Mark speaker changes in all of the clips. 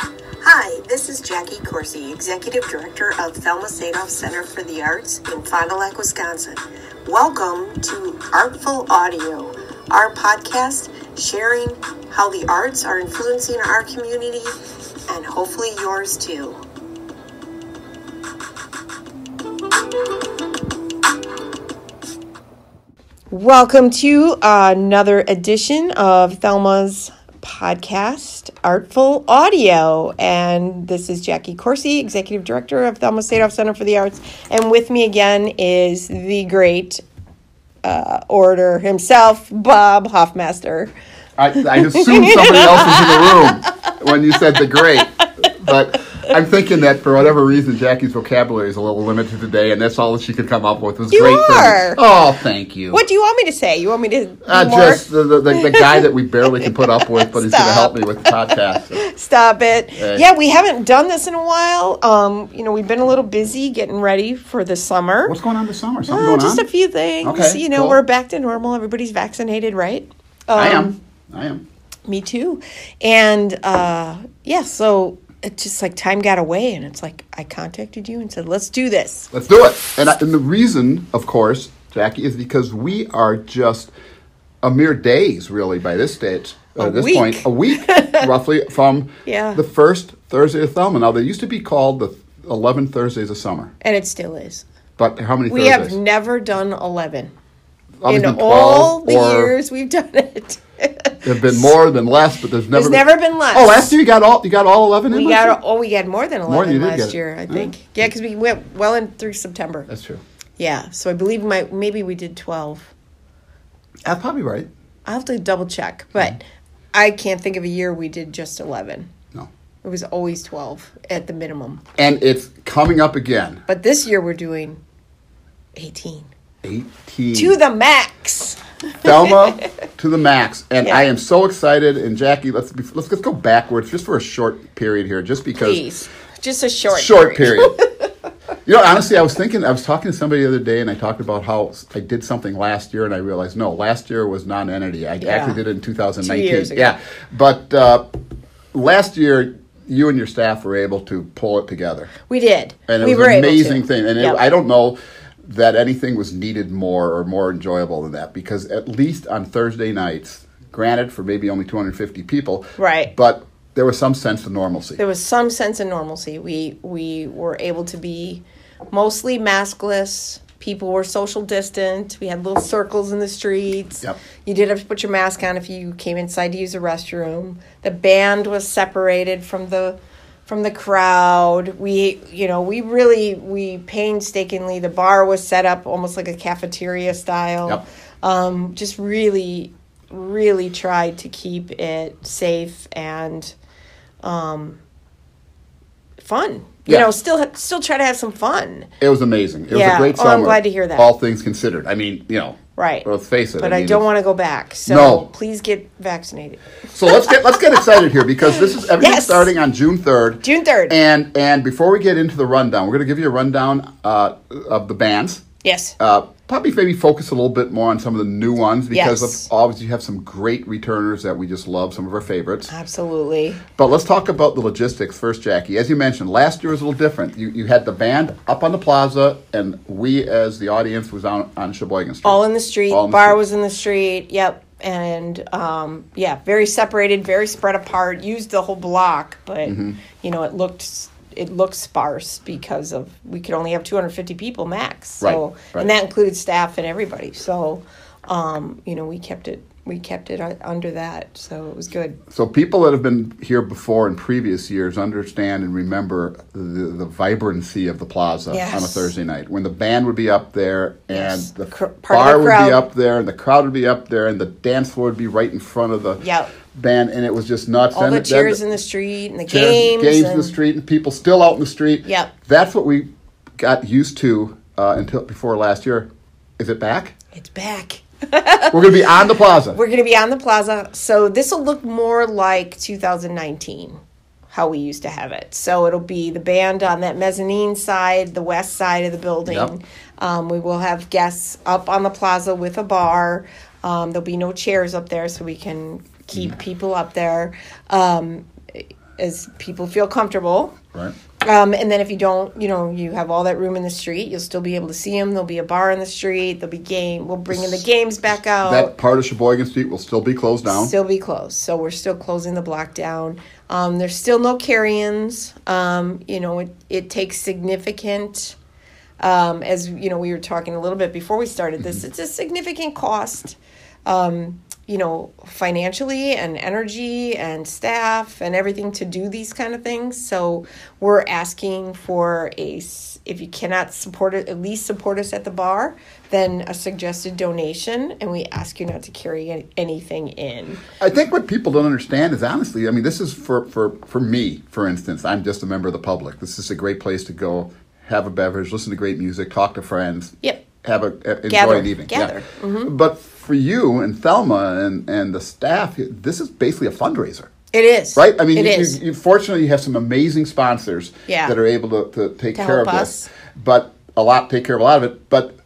Speaker 1: Hi, this is Jackie Corsi, Executive Director of Thelma Sadoff Center for the Arts in Fond du Lac, Wisconsin. Welcome to Artful Audio, our podcast sharing how the arts are influencing our community and hopefully yours too.
Speaker 2: Welcome to uh, another edition of Thelma's podcast, Artful Audio. And this is Jackie Corsi, Executive Director of Thelma Sadoff Center for the Arts. And with me again is the great uh, orator himself, Bob Hoffmaster.
Speaker 3: I, I assume somebody else is in the room when you said the great, but I'm thinking that for whatever reason, Jackie's vocabulary is a little limited today, and that's all that she could come up with was
Speaker 2: You
Speaker 3: great. for me.
Speaker 2: are.
Speaker 3: Oh, thank you.
Speaker 2: What do you want me to say? You want me to be
Speaker 3: Uh,
Speaker 2: more?
Speaker 3: just the, the, the, the guy that we barely can put up with, but he's going to help me with the podcast.
Speaker 2: Stop it.
Speaker 3: Uh,
Speaker 2: yeah, we haven't done this in a while. Um, you know, we've been a little busy getting ready for the summer.
Speaker 3: What's going on this summer? Something
Speaker 2: Oh,
Speaker 3: going
Speaker 2: just
Speaker 3: on?
Speaker 2: a few things.
Speaker 3: Okay,
Speaker 2: you know,
Speaker 3: cool.
Speaker 2: we're back to normal. Everybody's vaccinated, right? Um,
Speaker 3: I am. I am.
Speaker 2: Me too. And uh, yeah, so it just like time got away, and it's like I contacted you and said, let's do this.
Speaker 3: Let's do it. And, I, and the reason, of course, Jackie, is because we are just a mere days, really, by this stage, uh,
Speaker 2: A
Speaker 3: this
Speaker 2: week.
Speaker 3: point, a week roughly from
Speaker 2: Yeah.
Speaker 3: the first Thursday of Thelma. Now, they used to be called the 11 Thursdays of summer,
Speaker 2: And it still is.
Speaker 3: but how many
Speaker 2: We
Speaker 3: Thursdays?
Speaker 2: have never done 11
Speaker 3: Always
Speaker 2: in
Speaker 3: been 12
Speaker 2: all the
Speaker 3: or
Speaker 2: years we've done it.
Speaker 3: There have been more than less, but there's never
Speaker 2: There's never been less.
Speaker 3: Oh, last year you got all you got all 11 in
Speaker 2: we
Speaker 3: last
Speaker 2: got
Speaker 3: year?
Speaker 2: oh, we had more than 11
Speaker 3: More than you did
Speaker 2: last
Speaker 3: get.
Speaker 2: year, I
Speaker 3: Yeah.
Speaker 2: think. Yeah, because we went well in through September.
Speaker 3: That's true.
Speaker 2: Yeah, so I believe my maybe we did 12.
Speaker 3: That's probably right.
Speaker 2: I'll have to double check, but I can't think of a year we did just 11.
Speaker 3: No.
Speaker 2: It was always 12 at the minimum.
Speaker 3: And it's coming up again.
Speaker 2: But this year we're doing 18.
Speaker 3: 18.
Speaker 2: To the max.
Speaker 3: Thelma to the max, and
Speaker 2: Yeah.
Speaker 3: I am so excited. And Jackie, let's be, let's let's go backwards just for a short period here, just because
Speaker 2: Please. Just a short
Speaker 3: short period. you know, honestly, I was thinking, I was talking to somebody the other day, and I talked about how I did something last year, and I realized no, last year was non-entity. I actually did it in 2019.
Speaker 2: Two years ago.
Speaker 3: Yeah, but uh, last year. You and your staff were able to pull it together,
Speaker 2: We did.
Speaker 3: and it
Speaker 2: we
Speaker 3: was
Speaker 2: were
Speaker 3: an
Speaker 2: able to.
Speaker 3: amazing thing. And it-
Speaker 2: Yep.
Speaker 3: I don't know that anything was needed more or more enjoyable than that because at least on Thursday nights, granted for maybe only 250 people,
Speaker 2: Right.
Speaker 3: But there was some sense of normalcy.
Speaker 2: there was some sense of normalcy. We we were able to be mostly maskless. People were social distant. We had little circles in the streets.
Speaker 3: Yep.
Speaker 2: You did have to put your mask on if you came inside to use a restroom. The band was separated from the from the crowd. We you know, we really we painstakingly the bar was set up almost like a cafeteria style
Speaker 3: Yep.
Speaker 2: um, just really, really tried to keep it safe and um, fun. You
Speaker 3: Yeah.
Speaker 2: know, still still try to have some fun.
Speaker 3: It was amazing. It was
Speaker 2: Yeah.
Speaker 3: a great
Speaker 2: Oh, I'm
Speaker 3: summer.
Speaker 2: glad to hear that.
Speaker 3: All things considered, I mean, you know,
Speaker 2: Right.
Speaker 3: Let's face it.
Speaker 2: But I,
Speaker 3: mean,
Speaker 2: don't
Speaker 3: it's-
Speaker 2: want to go back. So
Speaker 3: No.
Speaker 2: please get vaccinated.
Speaker 3: So let's get let's get excited here because this is everything
Speaker 2: Yes.
Speaker 3: starting on June third.
Speaker 2: June 3rd.
Speaker 3: And and before we get into the rundown, we're going to give you a rundown uh, of the bands.
Speaker 2: Yes.
Speaker 3: Uh, probably maybe focus a little bit more on some of the new ones because
Speaker 2: Yes.
Speaker 3: of, obviously you have some great returners that we just love, some of our favorites.
Speaker 2: Absolutely.
Speaker 3: But let's talk about the logistics first, Jackie. As you mentioned, last year was a little different. You, you had the band up on the plaza, and we as the audience was on, on Sheboygan Street.
Speaker 2: All in the street.
Speaker 3: All in the
Speaker 2: Bar
Speaker 3: street.
Speaker 2: was in the street. Yep. And um, yeah, very separated, very spread apart. Used the whole block, but
Speaker 3: Mm-hmm.
Speaker 2: you know it looked s- it looked sparse because of we could only have 250 people max. So
Speaker 3: Right, right.
Speaker 2: and that included staff and everybody. So um, you know we kept it we kept it u- under that. So it was good.
Speaker 3: So people that have been here before in previous years understand and remember the, the vibrancy of the plaza on a
Speaker 2: Yes.
Speaker 3: Thursday night when the band would be up there and
Speaker 2: Yes.
Speaker 3: the
Speaker 2: Cr- part of the
Speaker 3: bar would
Speaker 2: crowd.
Speaker 3: be up there and the crowd would be up there and the dance floor would be right in front of the
Speaker 2: Yep.
Speaker 3: band and it was just nuts.
Speaker 2: All
Speaker 3: Then-
Speaker 2: the
Speaker 3: then
Speaker 2: cheers in the street and the
Speaker 3: chairs,
Speaker 2: games.
Speaker 3: in
Speaker 2: and-
Speaker 3: the street, and people still out in the street.
Speaker 2: Yep.
Speaker 3: That's what we got used to uh, until before last year. Is it back?
Speaker 2: It's back.
Speaker 3: We're going to be on the plaza.
Speaker 2: We're going to be on the plaza. So this will look more like 2019, how we used to have it. So it'll be the band on that mezzanine side, the west side of the building.
Speaker 3: Yep.
Speaker 2: Um, we will have guests up on the plaza with a bar.
Speaker 3: Mm.
Speaker 2: Um, there'll be no chairs up there, so we can keep people up there. Um, as people feel comfortable.
Speaker 3: Right.
Speaker 2: Um, and then if you don't, you know, you have all that room in the street, you'll still be able to see them. There'll be a bar in the street. There'll be game. We'll bring in the games back out.
Speaker 3: That part of Sheboygan Street will still be closed down.
Speaker 2: Still be closed. So we're still closing the block down. Um, there's still no carry-ins. Um, you know, it, it takes significant, um, as you know, we were talking a little bit before we started this. It's a significant cost, um, you know, financially and energy and staff and everything to do these kind of things. So we're asking for a s- if you cannot support it, at least support us at the bar. Then a suggested donation, and we ask you not to carry an- anything in.
Speaker 3: I think what people don't understand is honestly, I mean, this is for, for, for me, for instance. I'm just a member of the public. This is a great place to go, have a beverage, listen to great music, talk to friends.
Speaker 2: Yep.
Speaker 3: Have a uh, enjoy
Speaker 2: Gather,
Speaker 3: an evening.
Speaker 2: gather. Mm-hmm.
Speaker 3: Yeah. But for you and Thelma and, and the staff, this is basically a fundraiser.
Speaker 2: It is
Speaker 3: Right? I mean,
Speaker 2: it
Speaker 3: you,
Speaker 2: is.
Speaker 3: You, you, fortunately, you have some amazing sponsors
Speaker 2: Yeah.
Speaker 3: that are able to, to take
Speaker 2: To
Speaker 3: care
Speaker 2: help
Speaker 3: of
Speaker 2: us.
Speaker 3: this. But a lot take care of a lot of it. But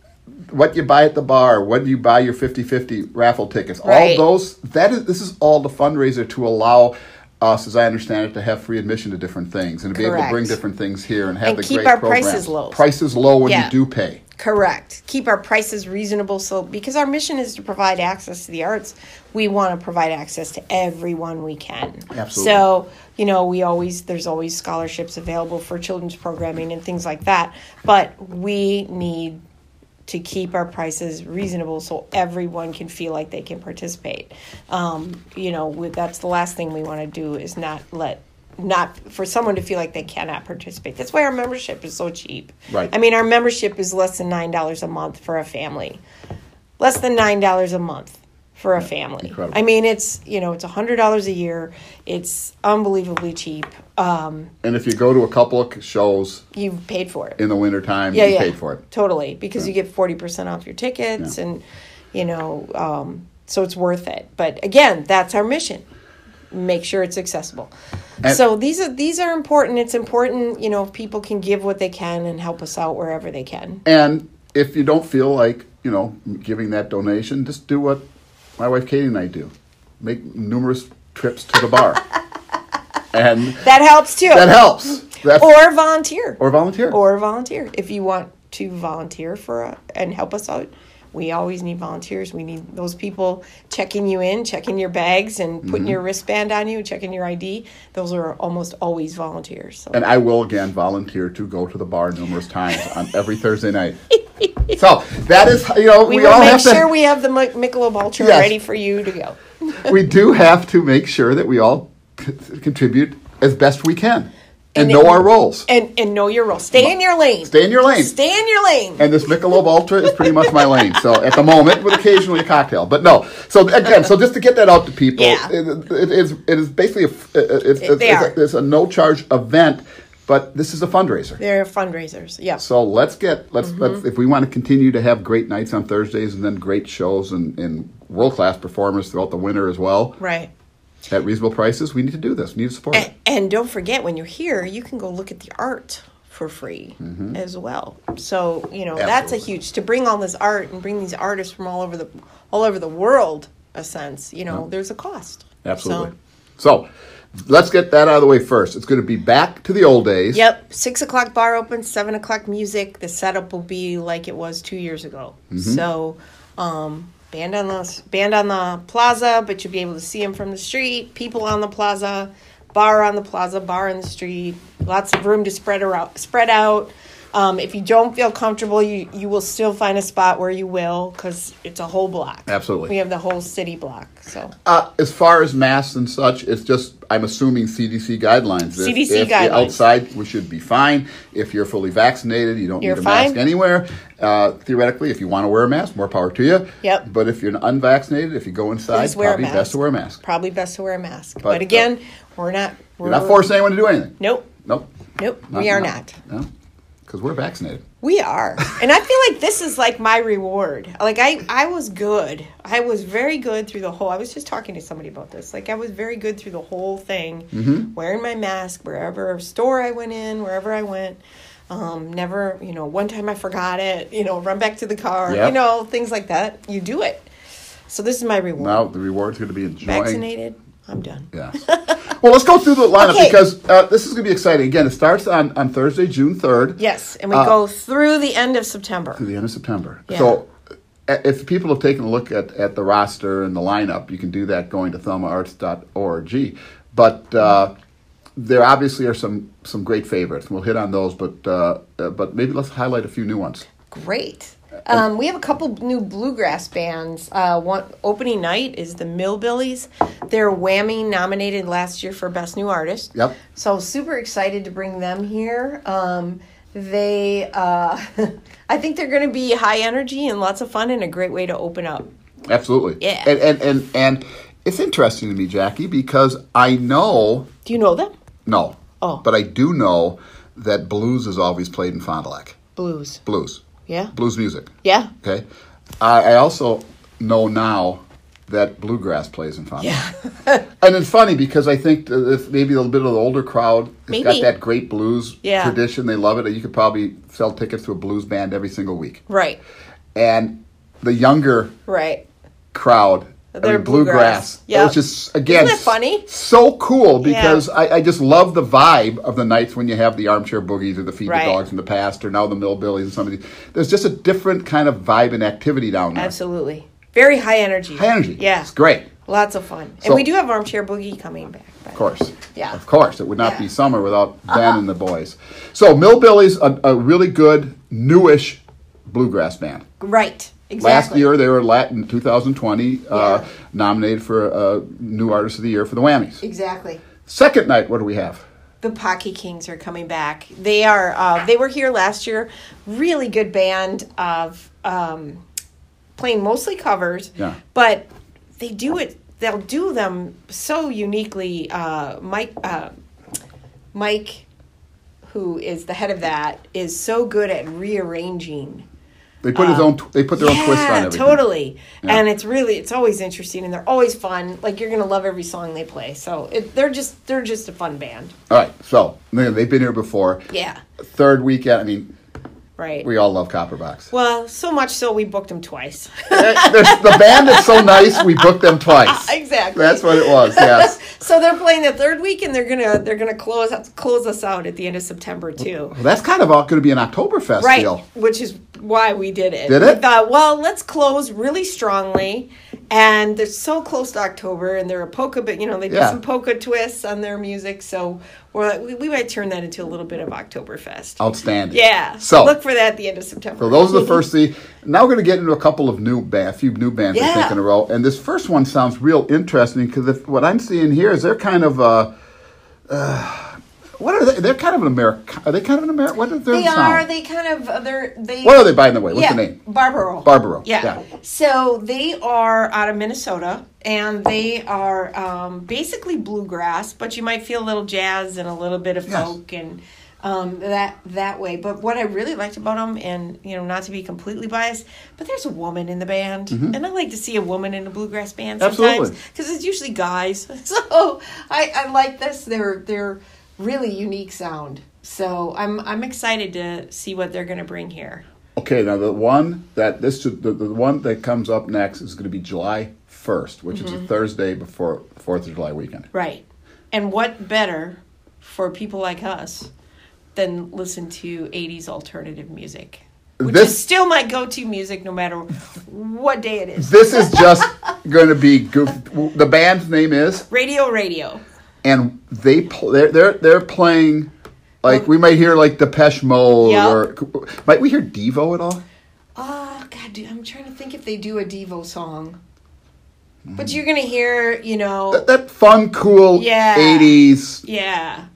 Speaker 3: what you buy at the bar, what you buy your 50 50 raffle tickets,
Speaker 2: Right.
Speaker 3: all those, that is, this is all the fundraiser to allow us, as I understand it, to have free admission to different things and to be able to bring
Speaker 2: Correct.
Speaker 3: different things here and have
Speaker 2: And
Speaker 3: the
Speaker 2: keep
Speaker 3: great
Speaker 2: our
Speaker 3: programs.
Speaker 2: prices low.
Speaker 3: Prices low when
Speaker 2: Yeah.
Speaker 3: you do pay.
Speaker 2: Correct. Keep our prices reasonable. So, because our mission is to provide access to the arts, we want to provide access to everyone we can.
Speaker 3: Absolutely.
Speaker 2: So, you know, we always, there's always scholarships available for children's programming and things like that. But we need to keep our prices reasonable so everyone can feel like they can participate. Um, you know, we, that's the last thing we want to do is not let not for someone to feel like they cannot participate. That's why our membership is so cheap.
Speaker 3: Right.
Speaker 2: I mean, our membership is less than nine dollars a month for a family. Less than nine dollars a month for a family.
Speaker 3: Incredible.
Speaker 2: I mean, it's you know, it's hundred dollars a year. It's unbelievably cheap. Um,
Speaker 3: And if you go to a couple of shows
Speaker 2: you've paid for it.
Speaker 3: in the wintertime,
Speaker 2: yeah,
Speaker 3: you
Speaker 2: yeah.
Speaker 3: paid for it.
Speaker 2: Totally, because you get 40% off your tickets and, you know, um, so it's worth it. But again, that's our mission. Make sure it's accessible.
Speaker 3: And-
Speaker 2: so these are these are important. It's important, you know, if people can give what they can and help us out wherever they can.
Speaker 3: And if you don't feel like, you know, giving that donation, just do what my wife Katie and I do. Make numerous trips to the bar. and
Speaker 2: That helps too.
Speaker 3: that helps. That's,
Speaker 2: Or volunteer.
Speaker 3: or volunteer.
Speaker 2: Or volunteer. If you want to volunteer for uh, and help us out, we always need volunteers. We need those people checking you in, checking your bags, and
Speaker 3: Mm-hmm.
Speaker 2: putting your wristband on you, checking your ID. Those are almost always volunteers. So.
Speaker 3: and I will again volunteer to go to the bar numerous times on every Thursday night. so that is, you know,
Speaker 2: we,
Speaker 3: we,
Speaker 2: will
Speaker 3: all
Speaker 2: make
Speaker 3: have
Speaker 2: sure
Speaker 3: to.
Speaker 2: we have the Mi- Michelob Ultra
Speaker 3: Yes.
Speaker 2: ready for you to go.
Speaker 3: We-, do have to make sure that we all c- contribute as best we can and,
Speaker 2: And
Speaker 3: know
Speaker 2: it-
Speaker 3: our roles.
Speaker 2: And and know your role. Stay in your lane.
Speaker 3: Stay in your lane.
Speaker 2: Stay in your lane.
Speaker 3: and this Michelob Ultra is pretty much my lane. So at the moment, with occasionally a cocktail, but no. So again, so just to get that out to people,
Speaker 2: Yeah.
Speaker 3: it, it is it is basically a, f- uh, it's, it's,
Speaker 2: They
Speaker 3: it's,
Speaker 2: are.
Speaker 3: a, it's a no charge event, but this is a fundraiser.
Speaker 2: They're fundraisers. Yeah.
Speaker 3: So let's get let's,
Speaker 2: Mm-hmm.
Speaker 3: let's if we want to continue to have great nights on Thursdays and then great shows and, and world class performers throughout the winter as well
Speaker 2: right. Eh.
Speaker 3: at reasonable prices. We need to do this. We need to support it.
Speaker 2: And, and don't forget, when you're here, you can go look at the art for free as well. So you know that's
Speaker 3: Mm-hmm.
Speaker 2: a
Speaker 3: Absolutely.
Speaker 2: huge to bring all this art and bring these artists from all over the all over the world. A sense, you know, there's a cost.
Speaker 3: Absolutely.
Speaker 2: So,
Speaker 3: So. Let's get that out of the way first. It's going to be back to the old days.
Speaker 2: Yep, six o'clock bar open, seven o'clock music. The setup will be like it was two years ago.
Speaker 3: Mm-hmm.
Speaker 2: So, um, band on the band on the plaza, but you'll be able to see them from the street. People on the plaza, bar on the plaza, bar in the street. Lots of room to spread around, spread out. Um, if you don't feel comfortable, you you will still find a spot where you will because it's a whole block.
Speaker 3: Absolutely.
Speaker 2: we have the whole city block. So
Speaker 3: Uh, as far as masks and such, it's just I'm assuming CDC guidelines. If-
Speaker 2: CDC
Speaker 3: if,
Speaker 2: guidelines.
Speaker 3: you're outside, we should be fine. If you're fully vaccinated, you don't
Speaker 2: You're
Speaker 3: need a
Speaker 2: fine.
Speaker 3: mask anywhere. Uh, theoretically, if you want to wear a mask, more power to you.
Speaker 2: Yep.
Speaker 3: But if you're unvaccinated, if you go inside,
Speaker 2: Please wear a
Speaker 3: probably best
Speaker 2: mask.
Speaker 3: to wear a mask.
Speaker 2: probably best to wear a mask. But,
Speaker 3: But, uh,
Speaker 2: again, we're not. We're
Speaker 3: You're not forcing anyone to do anything.
Speaker 2: Nope.
Speaker 3: Nope.
Speaker 2: Nope. we are not.
Speaker 3: No. Because we're vaccinated.
Speaker 2: We are. And I feel like this is like my reward. Like I I was good. I was very good through the whole I was just talking to somebody about this. Like I was very good through the whole thing. Wearing my mask wherever store I went in, wherever I went. Um, never, you know, one time I forgot it, you know, run back to the car,
Speaker 3: Yep.
Speaker 2: you know, things like that. You do it. So this is my reward.
Speaker 3: Now the reward's going to be enjoying.
Speaker 2: Vaccinated, I'm done.
Speaker 3: Yes. Well, let's go through the lineup
Speaker 2: Okay.
Speaker 3: because uh, this is going to be exciting. Again, it starts on, on Thursday, June 3rd.
Speaker 2: Yes, and we go through the end of September.
Speaker 3: to the end of September.
Speaker 2: Yeah.
Speaker 3: So a- if people have taken a look at, at the roster and the lineup, you can do that going to thelmaarts.org. But uh, there obviously are some, some great favorites. We'll hit on those, but uh, uh, but maybe let's highlight a few new ones.
Speaker 2: Great. Um, we have a couple new bluegrass bands. Uh, one opening night is the Millbillies. They're Whammy nominated last year for Best New Artist.
Speaker 3: Yep.
Speaker 2: So super excited to bring them here. Um, they, uh, I think they're going to be high energy and lots of fun and a great way to open up.
Speaker 3: Absolutely.
Speaker 2: Yeah.
Speaker 3: And and and, and it's interesting to me, Jackie, because I know
Speaker 2: Do you know them?
Speaker 3: no,
Speaker 2: Oh.
Speaker 3: but I do know that blues is always played in Fond du Lac.
Speaker 2: Blues.
Speaker 3: Blues.
Speaker 2: Yeah.
Speaker 3: Blues music.
Speaker 2: Yeah.
Speaker 3: Okay. I, I also know now that bluegrass plays in Fond du Lac. and it's funny because I think that if maybe a little bit of the older crowd has got
Speaker 2: Maybe.
Speaker 3: that great blues
Speaker 2: Yeah.
Speaker 3: tradition. They love it. You could probably sell tickets to a blues band every single week.
Speaker 2: Right.
Speaker 3: And the younger
Speaker 2: Right.
Speaker 3: crowd. I
Speaker 2: They're
Speaker 3: mean, bluegrass.
Speaker 2: bluegrass.
Speaker 3: It was
Speaker 2: Yep.
Speaker 3: just again
Speaker 2: Isn't that funny?
Speaker 3: So cool because I, I just love the vibe of the nights when you have the armchair boogies or the feed
Speaker 2: Right.
Speaker 3: the dogs in the past or now the millbillies and some of these. There's just a different kind of vibe and activity down there.
Speaker 2: Absolutely. Very high energy.
Speaker 3: High energy.
Speaker 2: Yeah.
Speaker 3: It's great.
Speaker 2: Lots of fun.
Speaker 3: So-
Speaker 2: and we do have Armchair Boogie coming back.
Speaker 3: Of course.
Speaker 2: Yeah.
Speaker 3: Of course. It would not
Speaker 2: Yeah. Uh-huh.
Speaker 3: be summer without Ben and the boys. So Millbillies a, a really good, newish bluegrass band.
Speaker 2: Right. Exactly.
Speaker 3: Last year they were Latin 2020 uh,
Speaker 2: Yeah.
Speaker 3: nominated for uh, New Artist of the Year for the Whammies.
Speaker 2: Exactly.
Speaker 3: Second night, what do we have?
Speaker 2: The Pocky Kings are coming back. They are. Uh, they were here last year. Really good band of um, playing mostly covers.
Speaker 3: Yeah.
Speaker 2: But they do it. They'll do them so uniquely. Uh, Mike. Uh, Mike, who is the head of that, is so good at rearranging.
Speaker 3: They put his own. Tw- they put their own twist on
Speaker 2: Uh, Yeah,
Speaker 3: everything.
Speaker 2: totally. And it's really, it's always interesting, and they're always fun. Like you're gonna love every song they play. So it, they're just, they're just a fun band.
Speaker 3: All right. So they- they've been here before.
Speaker 2: Yeah.
Speaker 3: Third weekend. I mean,
Speaker 2: Right.
Speaker 3: we all love Copperbox.
Speaker 2: well, so much so we booked them twice.
Speaker 3: Eh, there's- the band is so nice. We booked them twice.
Speaker 2: Exactly.
Speaker 3: That's what it was. Yes.
Speaker 2: so they're playing the third week, and they're gonna, they're gonna close, close us out at the end of September too.
Speaker 3: Well, that's kind of all going to be an Oktoberfest
Speaker 2: Right,
Speaker 3: deal.
Speaker 2: which is why we did it.
Speaker 3: Did
Speaker 2: We
Speaker 3: it?
Speaker 2: thought, well, let's close really strongly, and they're so close to October, and they're a polka, but you know they do
Speaker 3: Yeah.
Speaker 2: some polka twists on their music, so we're like, we, we might turn that into a little bit of Oktoberfest.
Speaker 3: Outstanding.
Speaker 2: yeah,
Speaker 3: Oh. So
Speaker 2: look for that at the end of September.
Speaker 3: So those are the first three. Now we're going to get into a couple of new bands, a few new bands I think
Speaker 2: Yeah.
Speaker 3: in a row. And this first one sounds real interesting because what I'm seeing here is they're kind of a. Uh, what are they? They're kind of an American. Are they kind of an American? What is their
Speaker 2: they
Speaker 3: sound?
Speaker 2: are. They kind of they're they.
Speaker 3: What are they, by the way? What's
Speaker 2: yeah,
Speaker 3: the name?
Speaker 2: Barbaro.
Speaker 3: Barbaro,
Speaker 2: Yeah.
Speaker 3: yeah.
Speaker 2: So they are out of Minnesota, and they are um, basically bluegrass, but you might feel a little jazz and a little bit of
Speaker 3: Yes.
Speaker 2: folk and um, that that way. But what I really liked about them, and you know, not to be completely biased, but there's a woman in the band, and I like to see a woman in a bluegrass band sometimes
Speaker 3: Mm-hmm. Absolutely.
Speaker 2: because it's usually guys. So I, I like this. They're they're really unique sound. So I'm I'm excited to see what they're going to bring here.
Speaker 3: Okay, now the one that this should- the, the one that comes up next is going to be July first, which
Speaker 2: Mm-hmm.
Speaker 3: is a Thursday before Fourth of July weekend.
Speaker 2: Right. And what better for people like us than listen to 80s alternative music? Which
Speaker 3: This-
Speaker 2: is still my go to music no matter what day it is.
Speaker 3: This is just going to be goof. The band's name is,
Speaker 2: Radio, radio.
Speaker 3: and they pl- they're, they're they're playing like we might hear like Depeche Mode
Speaker 2: Yeah.
Speaker 3: or might we hear Devo at all?
Speaker 2: Oh, God, dude, I'm trying to think if they do a Devo song. But you're going to hear, you know,
Speaker 3: Mm-hmm. That, that fun, cool
Speaker 2: Yeah.
Speaker 3: '80s
Speaker 2: yeah,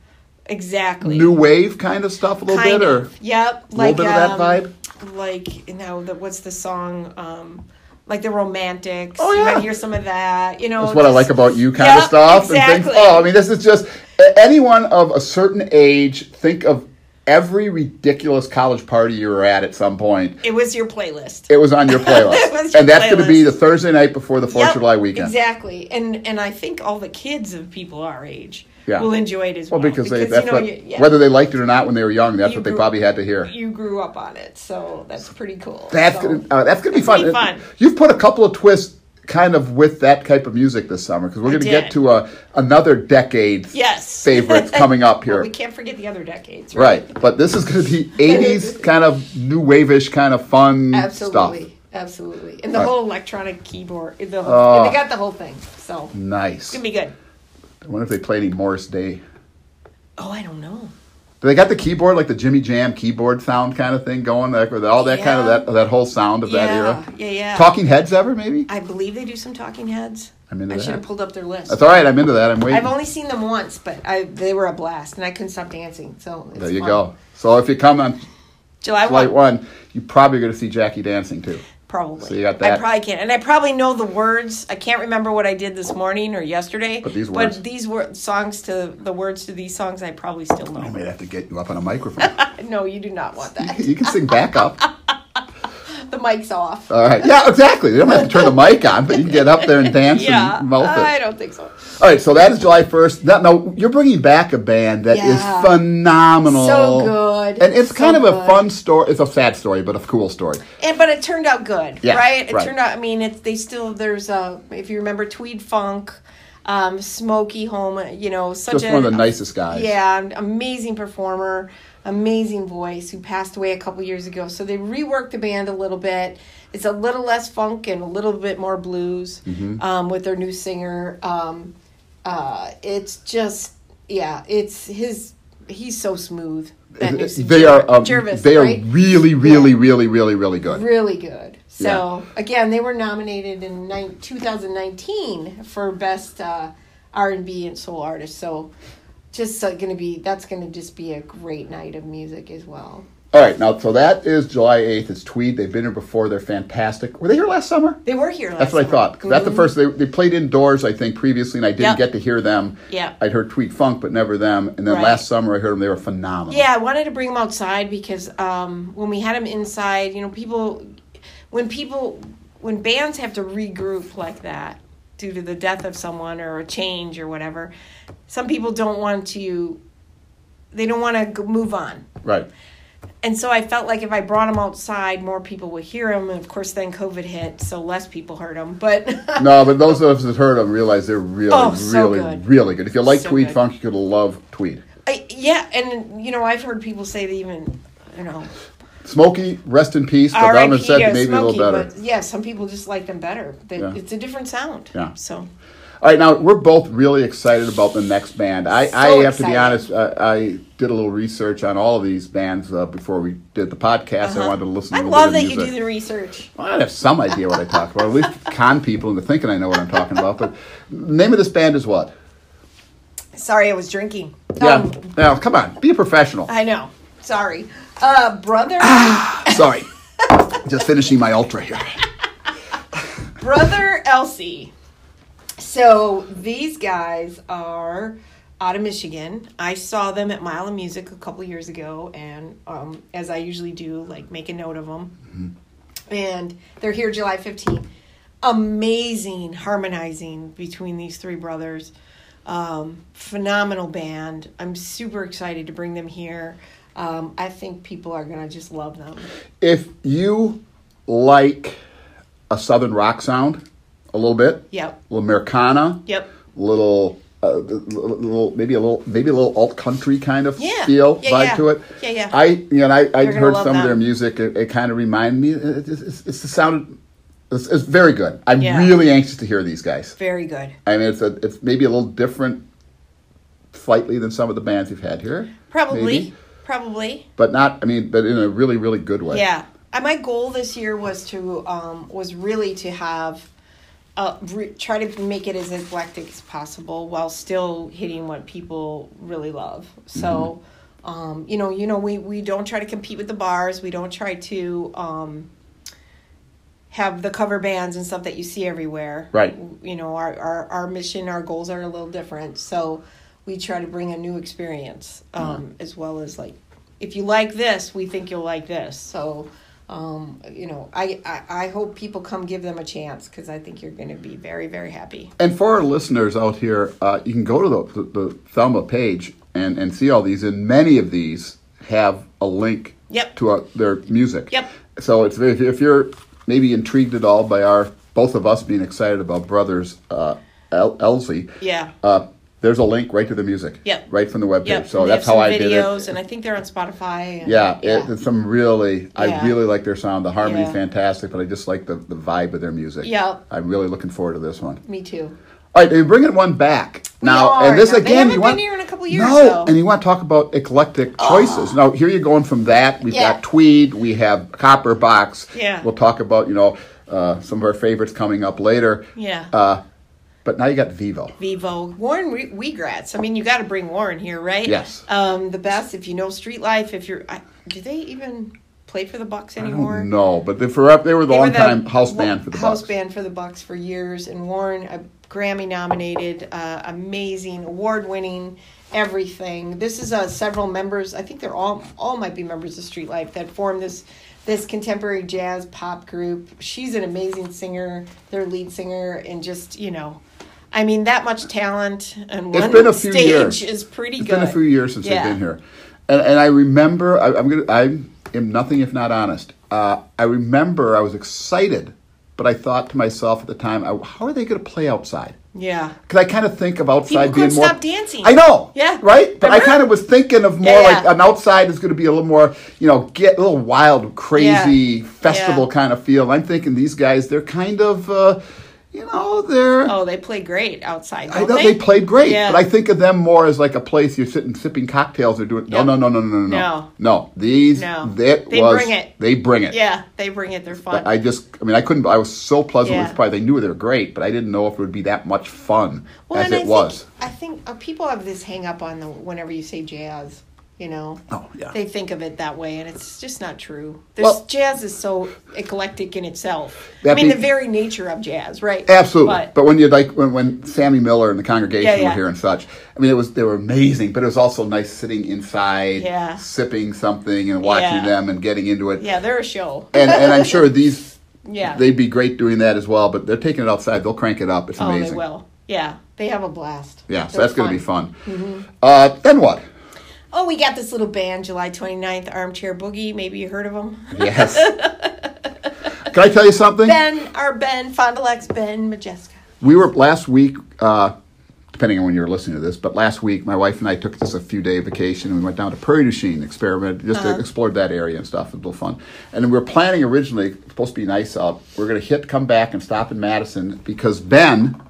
Speaker 2: exactly.
Speaker 3: new wave kind of stuff a little
Speaker 2: Kind
Speaker 3: bit,
Speaker 2: of. Yep. um,
Speaker 3: little bit of that vibe?
Speaker 2: Like you know, the, what's the song? Um, like the Romantics.
Speaker 3: Oh,
Speaker 2: You
Speaker 3: yeah.
Speaker 2: might hear some of that. You know,
Speaker 3: That's what I
Speaker 2: just-
Speaker 3: like about you kind of
Speaker 2: Yep,
Speaker 3: stuff and
Speaker 2: Exactly.
Speaker 3: things. Oh, I mean, this is just a- anyone of a certain age. Think of every ridiculous college party you were at at some point.
Speaker 2: it was your playlist.
Speaker 3: It was on your playlist,
Speaker 2: It was your
Speaker 3: and that's going to be
Speaker 2: playlist.
Speaker 3: the Thursday night before the Fourth
Speaker 2: Yep,
Speaker 3: of July weekend.
Speaker 2: Exactly, and and I think all the kids of people our age
Speaker 3: Yeah.
Speaker 2: will enjoy it as well.
Speaker 3: Well, because, they, that's
Speaker 2: you know,
Speaker 3: what,
Speaker 2: you, yeah,
Speaker 3: whether they liked it or not when they were young, that's
Speaker 2: You
Speaker 3: what they
Speaker 2: grew-
Speaker 3: probably had to hear.
Speaker 2: you grew up on it, so that's pretty cool.
Speaker 3: That's
Speaker 2: So-
Speaker 3: gonna, uh, that's gonna be
Speaker 2: It's
Speaker 3: fun.
Speaker 2: gonna be fun.
Speaker 3: You've put a couple of twists kind of with that type of music this summer because we're going to get
Speaker 2: did.
Speaker 3: to a, another decade
Speaker 2: Yes.
Speaker 3: favorite coming up here.
Speaker 2: We can't forget the other decades, right?
Speaker 3: Right, but this is going to be 80s kind of new wave-ish kind of fun
Speaker 2: Absolutely.
Speaker 3: stuff.
Speaker 2: Absolutely. And the
Speaker 3: Right. Uh.
Speaker 2: whole electronic keyboard, the whole, and they got the whole thing. So it's
Speaker 3: Nice.
Speaker 2: going to be good.
Speaker 3: I wonder if they play any Morris Day.
Speaker 2: Oh, I don't know.
Speaker 3: Do they got the keyboard like the Jimmy Jam keyboard sound kind of thing going? Like with all that kind
Speaker 2: Yeah.
Speaker 3: of that that whole sound of that
Speaker 2: Yeah,
Speaker 3: era.
Speaker 2: yeah, yeah.
Speaker 3: Talking Heads ever maybe?
Speaker 2: I believe they do some talking heads.
Speaker 3: I'm into
Speaker 2: I should
Speaker 3: that.
Speaker 2: have pulled up their list.
Speaker 3: That's all right. I'm into that. I'm waiting.
Speaker 2: I've only seen them once, but I, they were a blast, and I couldn't stop dancing. So it's
Speaker 3: there you
Speaker 2: fun.
Speaker 3: go. So if you come on
Speaker 2: July
Speaker 3: flight
Speaker 2: 1,
Speaker 3: one, you're probably going to see Jackie dancing too.
Speaker 2: probably.
Speaker 3: So you got
Speaker 2: I
Speaker 3: that.
Speaker 2: probably can, and I probably know the words. I can't remember what I did this morning or yesterday.
Speaker 3: But these words-
Speaker 2: but these wor- songs to the words to these songs, I probably still
Speaker 3: I
Speaker 2: know.
Speaker 3: might have to get you up on a microphone.
Speaker 2: No, you do not want that.
Speaker 3: you can sing back up.
Speaker 2: the mic's off.
Speaker 3: All right. Yeah, exactly. You don't have to turn the mic on, but you can get up there and dance
Speaker 2: yeah,
Speaker 3: and melt it.
Speaker 2: I don't think so.
Speaker 3: All right, so that is July 1st. Now, now you're bringing back a band that is
Speaker 2: Yeah.
Speaker 3: phenomenal.
Speaker 2: So good.
Speaker 3: And it's
Speaker 2: So
Speaker 3: kind of
Speaker 2: good.
Speaker 3: a fun story. It's a sad story, but a cool story.
Speaker 2: And but it turned out good,
Speaker 3: Yeah,
Speaker 2: right? It
Speaker 3: right.
Speaker 2: turned out. I mean, it's they still there's a if you remember Tweed Funk, um, Smoky Home, you know, such
Speaker 3: Just
Speaker 2: a,
Speaker 3: one of the nicest guys.
Speaker 2: Yeah, an amazing performer, amazing voice who passed away a couple years ago. So they reworked the band a little bit. It's a little less funk and a little bit more blues
Speaker 3: Mm-hmm.
Speaker 2: um, with their new singer. Um, uh, it's just yeah, it's his. He's so smooth. that new singer.
Speaker 3: They are um,
Speaker 2: Jervis,
Speaker 3: they are
Speaker 2: right?
Speaker 3: really, really, really, really, really good.
Speaker 2: really good. So again, they were nominated in nine, 2019 for best uh, R&B and soul artist. So just uh, going to be that's going to just be a great night of music as well.
Speaker 3: All right, now so that is July 8th. It's Tweed. They've been here before. They're fantastic. Were they here last summer?
Speaker 2: They were here last.
Speaker 3: That's what I
Speaker 2: summer. Mm-hmm.
Speaker 3: thought. 'Cause That's the first they, they played indoors, I think, previously, and I didn't
Speaker 2: Yep.
Speaker 3: get to hear them.
Speaker 2: Yep.
Speaker 3: I'd heard Tweed Funk, but never them. And then
Speaker 2: Right.
Speaker 3: last summer, I heard them. They were phenomenal.
Speaker 2: Yeah, I wanted to bring them outside because um, when we had them inside, you know, people, when people, when bands have to regroup like that due to the death of someone or a change or whatever, some people don't want to, they don't want to move on.
Speaker 3: Right.
Speaker 2: And so I felt like if I brought them outside, more people would hear them. And of course, then COVID hit, so less people heard them. But
Speaker 3: No, but those of us that heard them realize they're really,
Speaker 2: Oh, so
Speaker 3: really,
Speaker 2: good.
Speaker 3: really good. If you like
Speaker 2: So
Speaker 3: Tweed
Speaker 2: good.
Speaker 3: Funk, you could love Tweed.
Speaker 2: I, yeah, and you know, I've heard people say that even, you know,
Speaker 3: Smokey, rest in peace. The
Speaker 2: RIP
Speaker 3: drummer said
Speaker 2: to
Speaker 3: maybe a
Speaker 2: Smokey,
Speaker 3: little better.
Speaker 2: but yeah, some people just like them better. They,
Speaker 3: Yeah.
Speaker 2: It's a different sound.
Speaker 3: Yeah.
Speaker 2: So
Speaker 3: All right, now we're both really excited about the next band. I, I
Speaker 2: So
Speaker 3: have to
Speaker 2: excited.
Speaker 3: be honest. Uh, I did a little research on all of these bands uh, before we did the podcast. I wanted to listen.
Speaker 2: Uh-huh. I
Speaker 3: to a little
Speaker 2: love that
Speaker 3: bit of
Speaker 2: you do
Speaker 3: music.
Speaker 2: the research.
Speaker 3: Well, I'd have some idea what I talked about. At least con people into thinking I know what I'm talking about. But name of this band is what?
Speaker 2: Sorry, I was drinking.
Speaker 3: Yeah.
Speaker 2: Um,
Speaker 3: Now, come on, be a professional.
Speaker 2: I know. Sorry. Uh, brother,
Speaker 3: Sorry, just finishing my ultra here.
Speaker 2: brother Elsie. So these guys are out of Michigan. I saw them at Mile of Music a couple years ago, and um, as I usually do, like make a note of them. And they're here July 15th. Amazing harmonizing between these three brothers. Um, phenomenal band. I'm super excited to bring them here. Um, I think people are going to just love them.
Speaker 3: If you like a southern rock sound, a little bit.
Speaker 2: Yep.
Speaker 3: A little Americana.
Speaker 2: Yep.
Speaker 3: Little. Uh, little, maybe a little, maybe a little alt country kind of
Speaker 2: Yeah.
Speaker 3: feel
Speaker 2: Yeah,
Speaker 3: vibe
Speaker 2: yeah.
Speaker 3: to it.
Speaker 2: Yeah, yeah.
Speaker 3: I, you know, and I, I
Speaker 2: gonna
Speaker 3: heard
Speaker 2: love
Speaker 3: some of their
Speaker 2: them.
Speaker 3: music. It, it kind of reminded me. It, it's, it's, it's the sound. It's, it's very good. I'm
Speaker 2: Yeah.
Speaker 3: really anxious to hear these guys.
Speaker 2: Very good.
Speaker 3: I mean, it's a, it's maybe a little different, slightly than some of the bands you've had here.
Speaker 2: Probably.
Speaker 3: maybe.
Speaker 2: Probably.
Speaker 3: but not. I mean, but in a really, really good way.
Speaker 2: Yeah. And my goal this year was to um, was really to have uh, re- try to make it as eclectic as possible while still hitting what people really love. So, um, you know, you know, we we don't try to compete with the bars. We don't try to. Um, have the cover bands and stuff that you see everywhere.
Speaker 3: Right.
Speaker 2: You know, our, our, our mission, our goals are a little different. So we try to bring a new experience
Speaker 3: Mm-hmm.
Speaker 2: um, as well as like, if you like this, we think you'll like this. So, um, you know, I, I, I hope people come give them a chance because I think you're going to be very, very happy.
Speaker 3: And for our listeners out here, uh, you can go to the, the, the Thelma page and, and see all these. And many of these have a link
Speaker 2: Yep.
Speaker 3: to uh their music.
Speaker 2: Yep.
Speaker 3: So it's very, if you're maybe intrigued at all by our both of us being excited about Brothers uh, El- Elsie,
Speaker 2: Yeah.
Speaker 3: uh, there's a link right to the music.
Speaker 2: Yep.
Speaker 3: Right from the webpage.
Speaker 2: Yep.
Speaker 3: So
Speaker 2: and they
Speaker 3: that's
Speaker 2: have
Speaker 3: how
Speaker 2: some
Speaker 3: I did it.
Speaker 2: videos, and I think they're on Spotify. and-
Speaker 3: Yeah, It, it's some really,
Speaker 2: Yeah.
Speaker 3: I really like their sound. The harmony's
Speaker 2: Yeah.
Speaker 3: fantastic, but I just like the, the vibe of their music.
Speaker 2: Yeah.
Speaker 3: I'm really looking forward to this one.
Speaker 2: me too.
Speaker 3: All right, they're bringing one back now,
Speaker 2: are.
Speaker 3: and this
Speaker 2: Now, they
Speaker 3: again.
Speaker 2: haven't
Speaker 3: you
Speaker 2: been
Speaker 3: want
Speaker 2: here in a couple years,
Speaker 3: No,
Speaker 2: though. Oh.
Speaker 3: and you want to talk about eclectic choices. Now here you're going from that. We've
Speaker 2: Yeah.
Speaker 3: got Tweed, we have Copper Box.
Speaker 2: Yeah.
Speaker 3: we'll talk about you know uh, some of our favorites coming up later.
Speaker 2: Yeah.
Speaker 3: uh, but now you got Vivo.
Speaker 2: Vivo Warren Re- Wegratz. I mean, you got to bring Warren here, right?
Speaker 3: Yes.
Speaker 2: Um, the best if you know street life. If you're, I, do they even play for the Bucks anymore?
Speaker 3: No, but they, for, they were the
Speaker 2: They were
Speaker 3: long time house
Speaker 2: wa-
Speaker 3: band for the
Speaker 2: house
Speaker 3: Bucks.
Speaker 2: band for the Bucks for years, and Warren, a Grammy nominated, uh, amazing, award winning, everything. This is uh, several members. I think they're all all might be members of Street Life that formed this this contemporary jazz pop group. She's an amazing singer, their lead singer, and just you know. I mean that much talent and one
Speaker 3: It's been a few
Speaker 2: stage
Speaker 3: years.
Speaker 2: is pretty
Speaker 3: It's
Speaker 2: good.
Speaker 3: been a few years since
Speaker 2: Yeah.
Speaker 3: they've been here, and and I remember I, I'm gonna I am nothing if not honest. Uh, I remember I was excited, but I thought to myself at the time, I, how are they going to play outside?
Speaker 2: Yeah.
Speaker 3: Because I kind of think of outside
Speaker 2: People couldn't
Speaker 3: being more.
Speaker 2: stop dancing.
Speaker 3: I know.
Speaker 2: Yeah.
Speaker 3: Right. But I
Speaker 2: Remember?
Speaker 3: kind of was thinking of more
Speaker 2: Yeah,
Speaker 3: like
Speaker 2: yeah.
Speaker 3: an outside is going to be a little more, you know, get a little wild, crazy
Speaker 2: Yeah.
Speaker 3: festival
Speaker 2: Yeah.
Speaker 3: kind of feel. I'm thinking these guys, they're kind of, uh, you know, they're.
Speaker 2: Oh, they play great outside.
Speaker 3: I
Speaker 2: don't
Speaker 3: know they played great,
Speaker 2: Yeah.
Speaker 3: but I think of them more as like a place you're sitting sipping cocktails or doing. No,
Speaker 2: Yep.
Speaker 3: no, no, no, no, no,
Speaker 2: No.
Speaker 3: no, no. These,
Speaker 2: No.
Speaker 3: that
Speaker 2: They
Speaker 3: was,
Speaker 2: bring it.
Speaker 3: They bring it.
Speaker 2: Yeah, they bring it. They're fun.
Speaker 3: I just, I mean, I couldn't. I was so pleasantly
Speaker 2: Yeah.
Speaker 3: surprised. I knew they were great, but I didn't know if it would be that much fun as
Speaker 2: and
Speaker 3: it
Speaker 2: I
Speaker 3: was.
Speaker 2: Think, I think uh, people have this hang up on the whenever you say jazz, you know.
Speaker 3: Oh, yeah.
Speaker 2: They think of it that way, and it's just not true. There's,
Speaker 3: Well-
Speaker 2: jazz is so eclectic in itself. I
Speaker 3: That
Speaker 2: mean,
Speaker 3: be-
Speaker 2: the very nature of jazz, right?
Speaker 3: Absolutely,
Speaker 2: But,
Speaker 3: but, when you like when, when Sammy Miller and the congregation
Speaker 2: Yeah, yeah.
Speaker 3: were here and such, I mean it was they were amazing, but it was also nice sitting inside,
Speaker 2: Yeah.
Speaker 3: sipping something and watching
Speaker 2: Yeah.
Speaker 3: them and getting into it.
Speaker 2: yeah, they're a show.
Speaker 3: and and I'm sure these
Speaker 2: Yeah.
Speaker 3: they'd be great doing that as well. But they're taking it outside; they'll crank it up. It's
Speaker 2: oh,
Speaker 3: amazing.
Speaker 2: they will. Yeah, they have a blast.
Speaker 3: Yeah, so
Speaker 2: They're
Speaker 3: that's going to be fun.
Speaker 2: Mm-hmm.
Speaker 3: Uh, then what?
Speaker 2: Oh, we got this little band, July 29th, Armchair Boogie. Maybe you heard of them.
Speaker 3: Yes. Can I tell you something?
Speaker 2: Ben, our Ben, Fond du Lac's Ben Majeska.
Speaker 3: We were last week, uh, depending on when you're listening to this, but last week my wife and I took this a few day vacation and we went down to Prairie du Chien, experimented, just
Speaker 2: Uh-huh.
Speaker 3: explored that area and stuff. It was a little fun. And we were planning originally, it's supposed to be nice out. We are going to hit, come back, and stop in Madison because Ben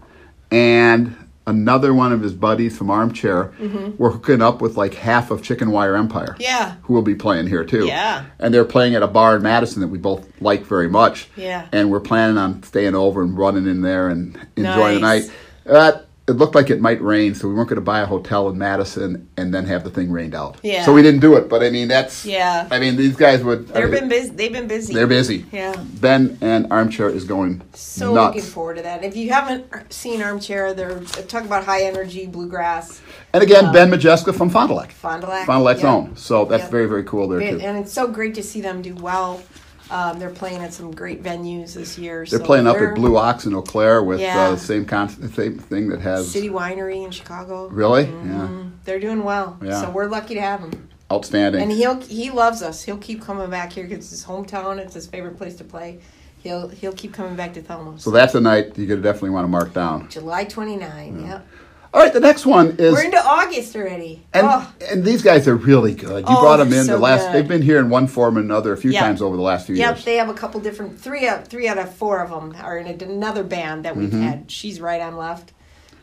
Speaker 3: and another one of his buddies from Armchair were hooking up with like half of Chicken Wire Empire.
Speaker 2: Mm-hmm. Yeah.
Speaker 3: Who will be playing here too.
Speaker 2: Yeah.
Speaker 3: And they're playing at a bar in Madison that we both like very much.
Speaker 2: Yeah.
Speaker 3: And we're planning on staying over and running in there and enjoy
Speaker 2: Nice.
Speaker 3: the night. Uh, it looked like it might rain, so we weren't going to buy a hotel in Madison and then have the thing rained out.
Speaker 2: Yeah.
Speaker 3: So we didn't do it, but I mean that's.
Speaker 2: Yeah.
Speaker 3: I mean these guys would. I
Speaker 2: They've
Speaker 3: mean,
Speaker 2: been busy. They've been busy.
Speaker 3: They're busy.
Speaker 2: Yeah.
Speaker 3: Ben and Armchair is going
Speaker 2: So
Speaker 3: nuts.
Speaker 2: looking forward to that. If you haven't seen Armchair, they're talking about high energy bluegrass,
Speaker 3: and again, Ben Majeska from Fond du Lac.
Speaker 2: Fond du Lac.
Speaker 3: Fond du Lac's
Speaker 2: Yeah.
Speaker 3: own. So that's
Speaker 2: Yeah.
Speaker 3: very very cool there too.
Speaker 2: and it's so great to see them do well. Um, they're playing at some great venues this year.
Speaker 3: They're playing up at Blue Ox in Eau Claire with
Speaker 2: Yeah.
Speaker 3: uh, the same con- same thing that has
Speaker 2: City Mm-hmm. Winery in Chicago.
Speaker 3: really yeah
Speaker 2: They're doing well,
Speaker 3: Yeah.
Speaker 2: so we're lucky to have him.
Speaker 3: outstanding.
Speaker 2: And he'll he loves us. He'll keep coming back here because it's his hometown. It's his favorite place to play. He'll he'll keep coming back to Thelma.
Speaker 3: so that's a night you're gonna definitely want to mark down.
Speaker 2: July 29. Yep.
Speaker 3: All right, the next one is
Speaker 2: We're into August already.
Speaker 3: and
Speaker 2: oh,
Speaker 3: and these guys are really good. You
Speaker 2: Oh,
Speaker 3: brought them
Speaker 2: they're
Speaker 3: in
Speaker 2: so
Speaker 3: the last.
Speaker 2: good.
Speaker 3: They've been here in one form or another a few
Speaker 2: Yep.
Speaker 3: times over the last few
Speaker 2: Yep,
Speaker 3: years.
Speaker 2: they have a couple different three out three out of four of them are in a, another band that we've
Speaker 3: Mm-hmm.
Speaker 2: had. She's right, I'm left.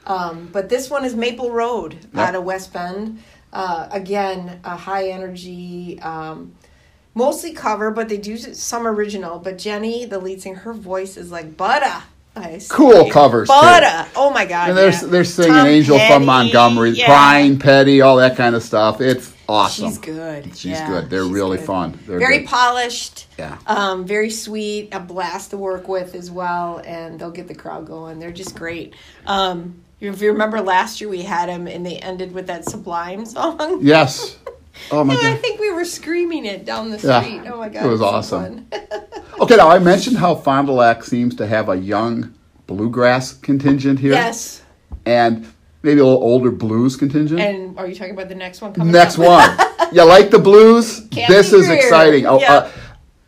Speaker 2: Um, but this one is Maple Road out of West Bend. Uh, again, a high energy, um, mostly cover, but they do some original. But Jenny, the lead singer, her voice is like butter. I say.
Speaker 3: Cool covers, too.
Speaker 2: Butter. Oh my god.
Speaker 3: and they're
Speaker 2: yeah.
Speaker 3: they're singing
Speaker 2: Tom
Speaker 3: "Angel
Speaker 2: Petty,
Speaker 3: from Montgomery,"
Speaker 2: yeah.
Speaker 3: Brian Petty, all that kind of stuff. It's awesome.
Speaker 2: She's good.
Speaker 3: She's
Speaker 2: Yeah,
Speaker 3: good. They're
Speaker 2: she's
Speaker 3: really
Speaker 2: good.
Speaker 3: fun. They're
Speaker 2: very
Speaker 3: good.
Speaker 2: polished.
Speaker 3: Yeah.
Speaker 2: Um, very sweet. A blast to work with as well, and they'll get the crowd going. They're just great. Um, if you remember last year, we had them, and they ended with that Sublime song.
Speaker 3: yes. Oh my
Speaker 2: And I
Speaker 3: god.
Speaker 2: think we were screaming it down the
Speaker 3: Yeah.
Speaker 2: street. Oh my god,
Speaker 3: It was
Speaker 2: so
Speaker 3: awesome.
Speaker 2: fun.
Speaker 3: Okay, now I mentioned how Fond du Lac seems to have a young bluegrass contingent here.
Speaker 2: yes.
Speaker 3: and maybe a little older blues contingent.
Speaker 2: And are you talking about the next one coming?
Speaker 3: Next
Speaker 2: up?
Speaker 3: one. you like the blues?
Speaker 2: Can't
Speaker 3: this
Speaker 2: be
Speaker 3: is
Speaker 2: weird.
Speaker 3: exciting. A-
Speaker 2: Yeah.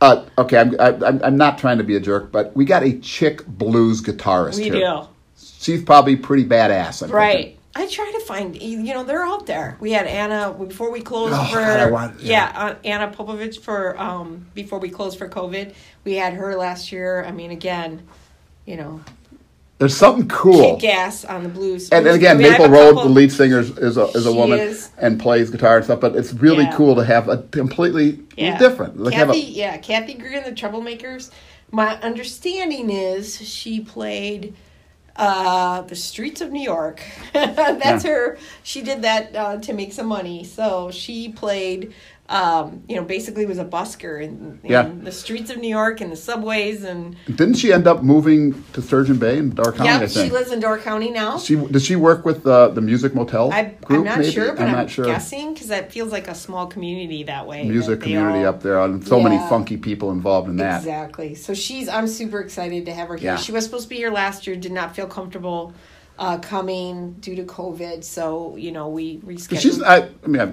Speaker 3: A, Uh, okay, I'm, I, I'm I'm not trying to be a jerk, but we got a chick blues guitarist
Speaker 2: We
Speaker 3: here.
Speaker 2: do.
Speaker 3: She's probably pretty badass. I'm
Speaker 2: Right. I try to find, you know, they're out there. We had Anna before we closed
Speaker 3: Oh,
Speaker 2: for,
Speaker 3: God, I want-
Speaker 2: yeah, uh, Anna Popovich for, um, before we closed for COVID. We had her last year. I mean, again, you know,
Speaker 3: There's something cool.
Speaker 2: kick ass on the blues.
Speaker 3: And, and again,
Speaker 2: We have
Speaker 3: Maple
Speaker 2: a
Speaker 3: Road, the
Speaker 2: couple-
Speaker 3: lead singer, is is a, is a
Speaker 2: She
Speaker 3: woman
Speaker 2: is.
Speaker 3: and plays guitar and stuff. But it's really
Speaker 2: Yeah.
Speaker 3: cool to have a completely
Speaker 2: Yeah.
Speaker 3: different. Like have
Speaker 2: Kathy,
Speaker 3: a,
Speaker 2: yeah, Kathy Green, the Troublemakers. My understanding is she played uh, the Streets of New York. That's
Speaker 3: Yeah.
Speaker 2: her. She did that uh, to make some money. So she played. Um, you know, basically was a busker in, in
Speaker 3: Yeah.
Speaker 2: the streets of New York and the subways and
Speaker 3: didn't she end up moving to Sturgeon Bay in Door County? I
Speaker 2: yeah, she
Speaker 3: think.
Speaker 2: lives in Door County now.
Speaker 3: She does she work with uh, the the music motel
Speaker 2: I,
Speaker 3: group?
Speaker 2: I'm not
Speaker 3: maybe?
Speaker 2: sure, but
Speaker 3: I'm
Speaker 2: I'm,
Speaker 3: not sure.
Speaker 2: guessing because that feels like a small community that way.
Speaker 3: Music
Speaker 2: that they
Speaker 3: community
Speaker 2: all-
Speaker 3: up there, and so many
Speaker 2: Yeah.
Speaker 3: funky people involved in that.
Speaker 2: Exactly. So she's. I'm super excited to have her here.
Speaker 3: Yeah.
Speaker 2: She was supposed to be here last year. Did not feel comfortable uh, coming due to COVID. So you know we rescheduled.
Speaker 3: She's I, I mean I,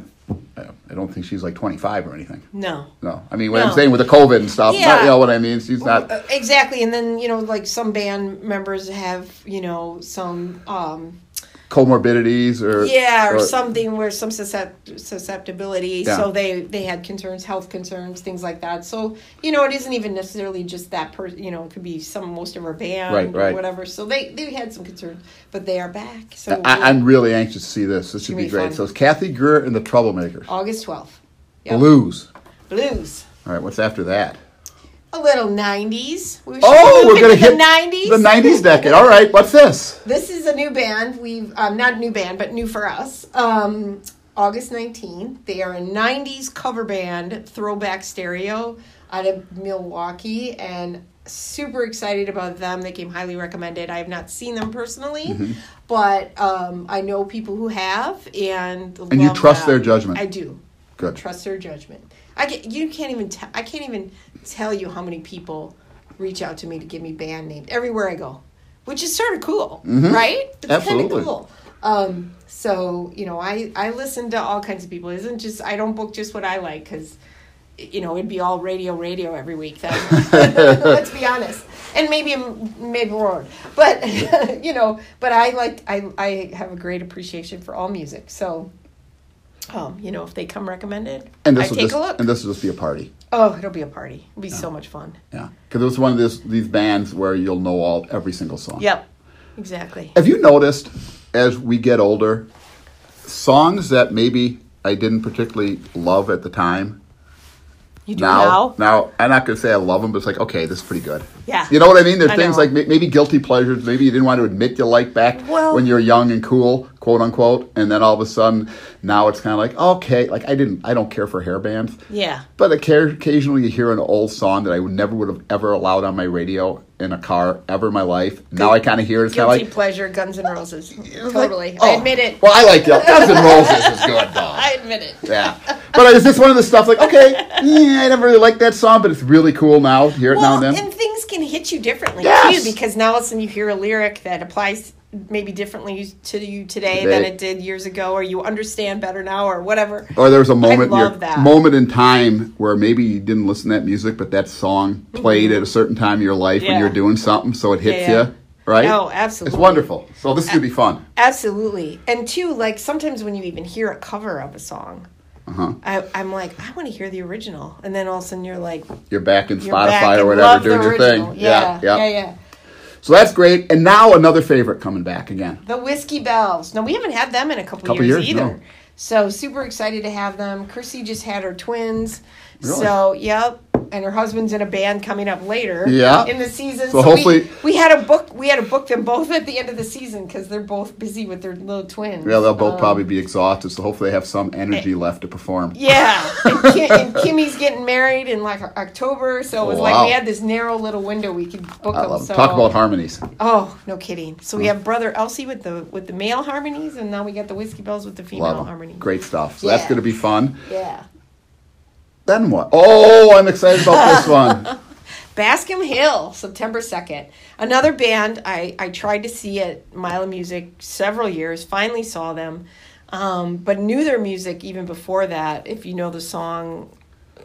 Speaker 3: I don't think she's like 25 or anything.
Speaker 2: no.
Speaker 3: No, I mean what
Speaker 2: No.
Speaker 3: I'm saying with the COVID and stuff.
Speaker 2: Yeah.
Speaker 3: Not, you know what I mean? She's not.
Speaker 2: Uh, exactly, and then you know, like some band members have, you know, some, um,
Speaker 3: comorbidities or
Speaker 2: yeah, or, something where some suscept- susceptibility.
Speaker 3: Yeah.
Speaker 2: So they they had concerns, health concerns, things like that. So you know, it isn't even necessarily just that person. You know, it could be some most of our band
Speaker 3: Right,
Speaker 2: or
Speaker 3: right.
Speaker 2: whatever. So they they had some concerns, but they are back. So we're-
Speaker 3: I, I'm really anxious to see this. This should
Speaker 2: gonna
Speaker 3: be
Speaker 2: be
Speaker 3: great.
Speaker 2: fun.
Speaker 3: So it's Kathy Greer and the Troublemakers.
Speaker 2: August 12th. Yep.
Speaker 3: Blues.
Speaker 2: Blues.
Speaker 3: All right, what's after that?
Speaker 2: A little 90s. We should
Speaker 3: Oh,
Speaker 2: move
Speaker 3: we're gonna
Speaker 2: into
Speaker 3: hit
Speaker 2: the 90s.
Speaker 3: The 90s decade. All right, what's this?
Speaker 2: This is a new band. We've um, not a new band, but new for us. Um, August 19th. They are a 90s cover band, Throwback Stereo, out of Milwaukee, and super excited about them. They came highly recommended. I have not seen them personally,
Speaker 3: Mm-hmm.
Speaker 2: but um, I know people who have, and
Speaker 3: And you
Speaker 2: love
Speaker 3: trust
Speaker 2: them.
Speaker 3: their judgment.
Speaker 2: I do.
Speaker 3: Good.
Speaker 2: trust their judgment. I get, you can't even tell I can't even tell you how many people reach out to me to give me band names everywhere I go, which is sort of cool, right? It's kinda
Speaker 3: Mm-hmm. Absolutely.
Speaker 2: cool. Um, so you know, I I listen to all kinds of people. It isn't just I don't book just what I like because you know it'd be all radio radio every week then let's be honest and maybe mid world but you know but i like i i have a great appreciation for all music so um, you know, if they come recommended,
Speaker 3: And
Speaker 2: I
Speaker 3: this will
Speaker 2: take
Speaker 3: just
Speaker 2: a look.
Speaker 3: and this will just be a party.
Speaker 2: oh, it'll be a party. It'll be so much fun.
Speaker 3: Yeah, because it's one of these these bands where you'll know all every single song.
Speaker 2: Yep, exactly.
Speaker 3: Have you noticed as we get older, songs that maybe I didn't particularly love at the time?
Speaker 2: You do
Speaker 3: Now,
Speaker 2: now?
Speaker 3: now I'm not going to say I love them, but it's like, okay, this is pretty good.
Speaker 2: Yeah.
Speaker 3: You know what I mean? There's
Speaker 2: I
Speaker 3: things
Speaker 2: know.
Speaker 3: like may- maybe guilty pleasures, maybe you didn't want to admit you like back
Speaker 2: Well-
Speaker 3: when you were young and cool, quote unquote, and then all of a sudden now it's kind of like, okay, like I didn't, I don't care for hair bands.
Speaker 2: Yeah.
Speaker 3: But occa- occasionally you hear an old song that I would never would have ever allowed on my radio in a car ever in my life. Now I kind of hear it, it's kind of
Speaker 2: Guilty
Speaker 3: like,
Speaker 2: pleasure, Guns N' Roses.
Speaker 3: It's like,
Speaker 2: totally. I
Speaker 3: oh,
Speaker 2: admit it.
Speaker 3: Well, I like that. Guns N' Roses is good though.
Speaker 2: I admit it.
Speaker 3: Yeah, but is this one of the stuff like okay, yeah, I never really liked that song, but it's really cool now. Hear it
Speaker 2: Well,
Speaker 3: now and
Speaker 2: and,
Speaker 3: then.
Speaker 2: things can hit you differently
Speaker 3: Yes!
Speaker 2: too, because now all of a sudden you hear a lyric that applies maybe differently to you today than
Speaker 3: Today.
Speaker 2: it did years ago, or you understand better now, or whatever.
Speaker 3: or there was a moment, in
Speaker 2: love
Speaker 3: your-
Speaker 2: that.
Speaker 3: moment in time where maybe you didn't listen to that music, but that song played at a certain time in your life when
Speaker 2: Mm-hmm. Yeah.
Speaker 3: you're doing something, so it hits
Speaker 2: yeah.
Speaker 3: you, right?
Speaker 2: No, absolutely. Uh,
Speaker 3: It's wonderful. So this is gonna be fun.
Speaker 2: Absolutely. And two, like sometimes when you even hear a cover of a song,
Speaker 3: Uh-huh.
Speaker 2: I, I'm like, I want to hear the original. And then all of a sudden you're like,
Speaker 3: You're back in
Speaker 2: you're
Speaker 3: Spotify
Speaker 2: back
Speaker 3: or
Speaker 2: and
Speaker 3: whatever
Speaker 2: love the
Speaker 3: doing your
Speaker 2: original.
Speaker 3: thing.
Speaker 2: Yeah, yeah, yeah,
Speaker 3: So that's great. And now another favorite coming back again.
Speaker 2: The Whiskey Bells. No, we haven't had them in a couple,
Speaker 3: Couple
Speaker 2: years,
Speaker 3: years,
Speaker 2: either.
Speaker 3: no.
Speaker 2: So super excited to have them. Kirsty just had her twins.
Speaker 3: Really?
Speaker 2: So, yep. And her husband's in a band coming up later
Speaker 3: Yeah.
Speaker 2: in the season.
Speaker 3: So
Speaker 2: we-
Speaker 3: hopefully-
Speaker 2: we, had a book. We had to book them both at the end of the season because they're both busy with their little twins.
Speaker 3: Yeah, they'll both
Speaker 2: Um, Eh,
Speaker 3: probably be exhausted, so hopefully they have some energy left to perform.
Speaker 2: Yeah, and, Kim, and Kimmy's getting married in like October, so it was like
Speaker 3: Wow.
Speaker 2: we had this narrow little window we could book
Speaker 3: I
Speaker 2: them.
Speaker 3: love it.
Speaker 2: So
Speaker 3: Talk about Mm. harmonies.
Speaker 2: oh, no kidding. So we have brother Elsie with the with the male harmonies, and now we got the whiskey bells with the
Speaker 3: Love
Speaker 2: female
Speaker 3: 'em.
Speaker 2: harmonies.
Speaker 3: Great stuff. So
Speaker 2: Yeah.
Speaker 3: that's going to be fun.
Speaker 2: Yeah,
Speaker 3: Then what? Oh, I'm excited about this one.
Speaker 2: Bascom Hill, September second. Another band I I tried to see at Milo Music several years. Finally saw them, um, but knew their music even before that. If you know the song.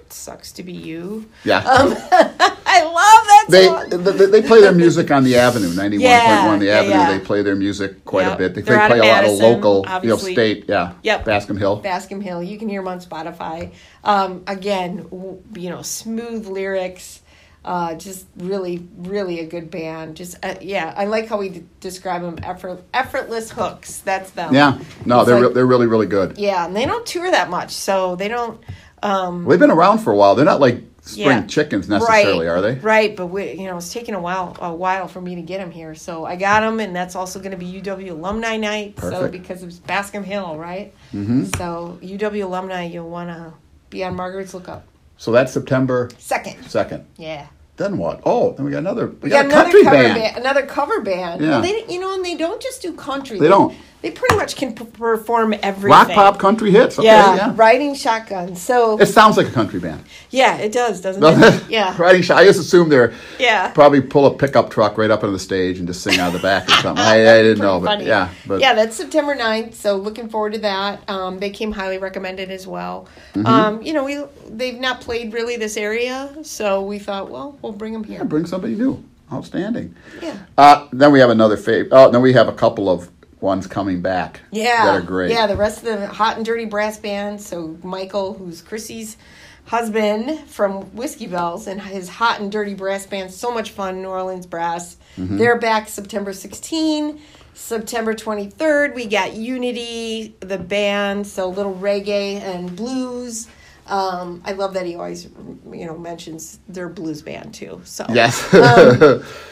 Speaker 2: It sucks to be you.
Speaker 3: Yeah.
Speaker 2: Um, I love that
Speaker 3: they,
Speaker 2: song.
Speaker 3: they they play their music on the avenue, ninety one point one. The
Speaker 2: Yeah, yeah,
Speaker 3: avenue,
Speaker 2: yeah.
Speaker 3: they play their music quite
Speaker 2: Yep.
Speaker 3: a bit. They, they
Speaker 2: They're out
Speaker 3: play
Speaker 2: of
Speaker 3: a lot of
Speaker 2: Madison,
Speaker 3: local, you know,
Speaker 2: obviously.
Speaker 3: state. Yeah,
Speaker 2: Yep.
Speaker 3: Bascom Hill.
Speaker 2: Bascom Hill. You can hear them on Spotify. Um, again, w- you know, smooth lyrics. Uh, just really, really a good band. Just uh, yeah, I like how we d- describe them. Effort, effortless hooks. That's them.
Speaker 3: yeah, no,
Speaker 2: It's
Speaker 3: they're
Speaker 2: like-
Speaker 3: re- they're really really good.
Speaker 2: yeah, and they don't tour that much, so they don't. Um,
Speaker 3: Well, they've been around for a while. They're not like spring
Speaker 2: Yeah.
Speaker 3: chickens necessarily,
Speaker 2: right,
Speaker 3: are they?
Speaker 2: Right, but we, you know, it's taken a while, a while for me to get them here, so I got them, and that's also going to be UW alumni night. So
Speaker 3: Perfect.
Speaker 2: because it's Bascom Hill, right? Mm-hmm. So UW alumni, you'll want to be on Margaret's lookup.
Speaker 3: So that's September
Speaker 2: Second,
Speaker 3: second.
Speaker 2: yeah.
Speaker 3: Then what? Oh, then we got another. We,
Speaker 2: Yeah,
Speaker 3: got, a country
Speaker 2: cover
Speaker 3: band.
Speaker 2: another cover band.
Speaker 3: Yeah.
Speaker 2: Well, they you know, and they don't just do country.
Speaker 3: They don't.
Speaker 2: They pretty much can p- perform everything.
Speaker 3: rock pop country hits. Okay,
Speaker 2: yeah,
Speaker 3: yeah,
Speaker 2: riding shotgun. So
Speaker 3: It sounds like a country band.
Speaker 2: yeah, it does, doesn't it? Yeah,
Speaker 3: Riding shot. I just assume they're
Speaker 2: Yeah.
Speaker 3: probably pull a pickup truck right up onto the stage and just sing out of the back or something. I, I didn't know, but
Speaker 2: Funny.
Speaker 3: yeah, but
Speaker 2: yeah, that's September 9th, so looking forward to that. Um, they came highly recommended as well.
Speaker 3: Mm-hmm.
Speaker 2: Um, you know, we they've not played really this area, so we thought, well, we'll bring them here.
Speaker 3: Yeah, bring somebody new. Outstanding.
Speaker 2: Yeah.
Speaker 3: Uh, then we have another favorite. Oh, then we have a couple of ones coming back.
Speaker 2: Yeah.
Speaker 3: That are great.
Speaker 2: Yeah, the rest of the Hot and Dirty Brass Band. So Michael, who's Chrissy's husband from Whiskey Bells, and his Hot and Dirty Brass Band, so much fun, New Orleans Brass.
Speaker 3: Mm-hmm.
Speaker 2: They're back September 16. September 23rd, we got Unity, the band, so little reggae and blues. Um, I love that he always, you know, mentions their blues band too. So Um,
Speaker 3: Yes.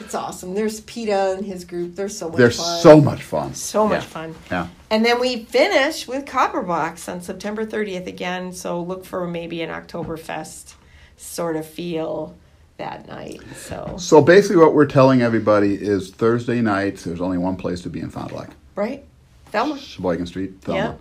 Speaker 2: it's awesome. There's PETA and his group. They're so much
Speaker 3: They're
Speaker 2: fun.
Speaker 3: so much fun.
Speaker 2: So much
Speaker 3: Yeah.
Speaker 2: fun.
Speaker 3: Yeah.
Speaker 2: And then we finish with Copperbox on September 30th again. So look for maybe an Oktoberfest sort of feel that night. So,
Speaker 3: So basically, what we're telling everybody is Thursday nights. There's only one place to be in Fond du Lac,
Speaker 2: right? Thelma?
Speaker 3: Sheboygan Street. Thelma.
Speaker 2: Yeah.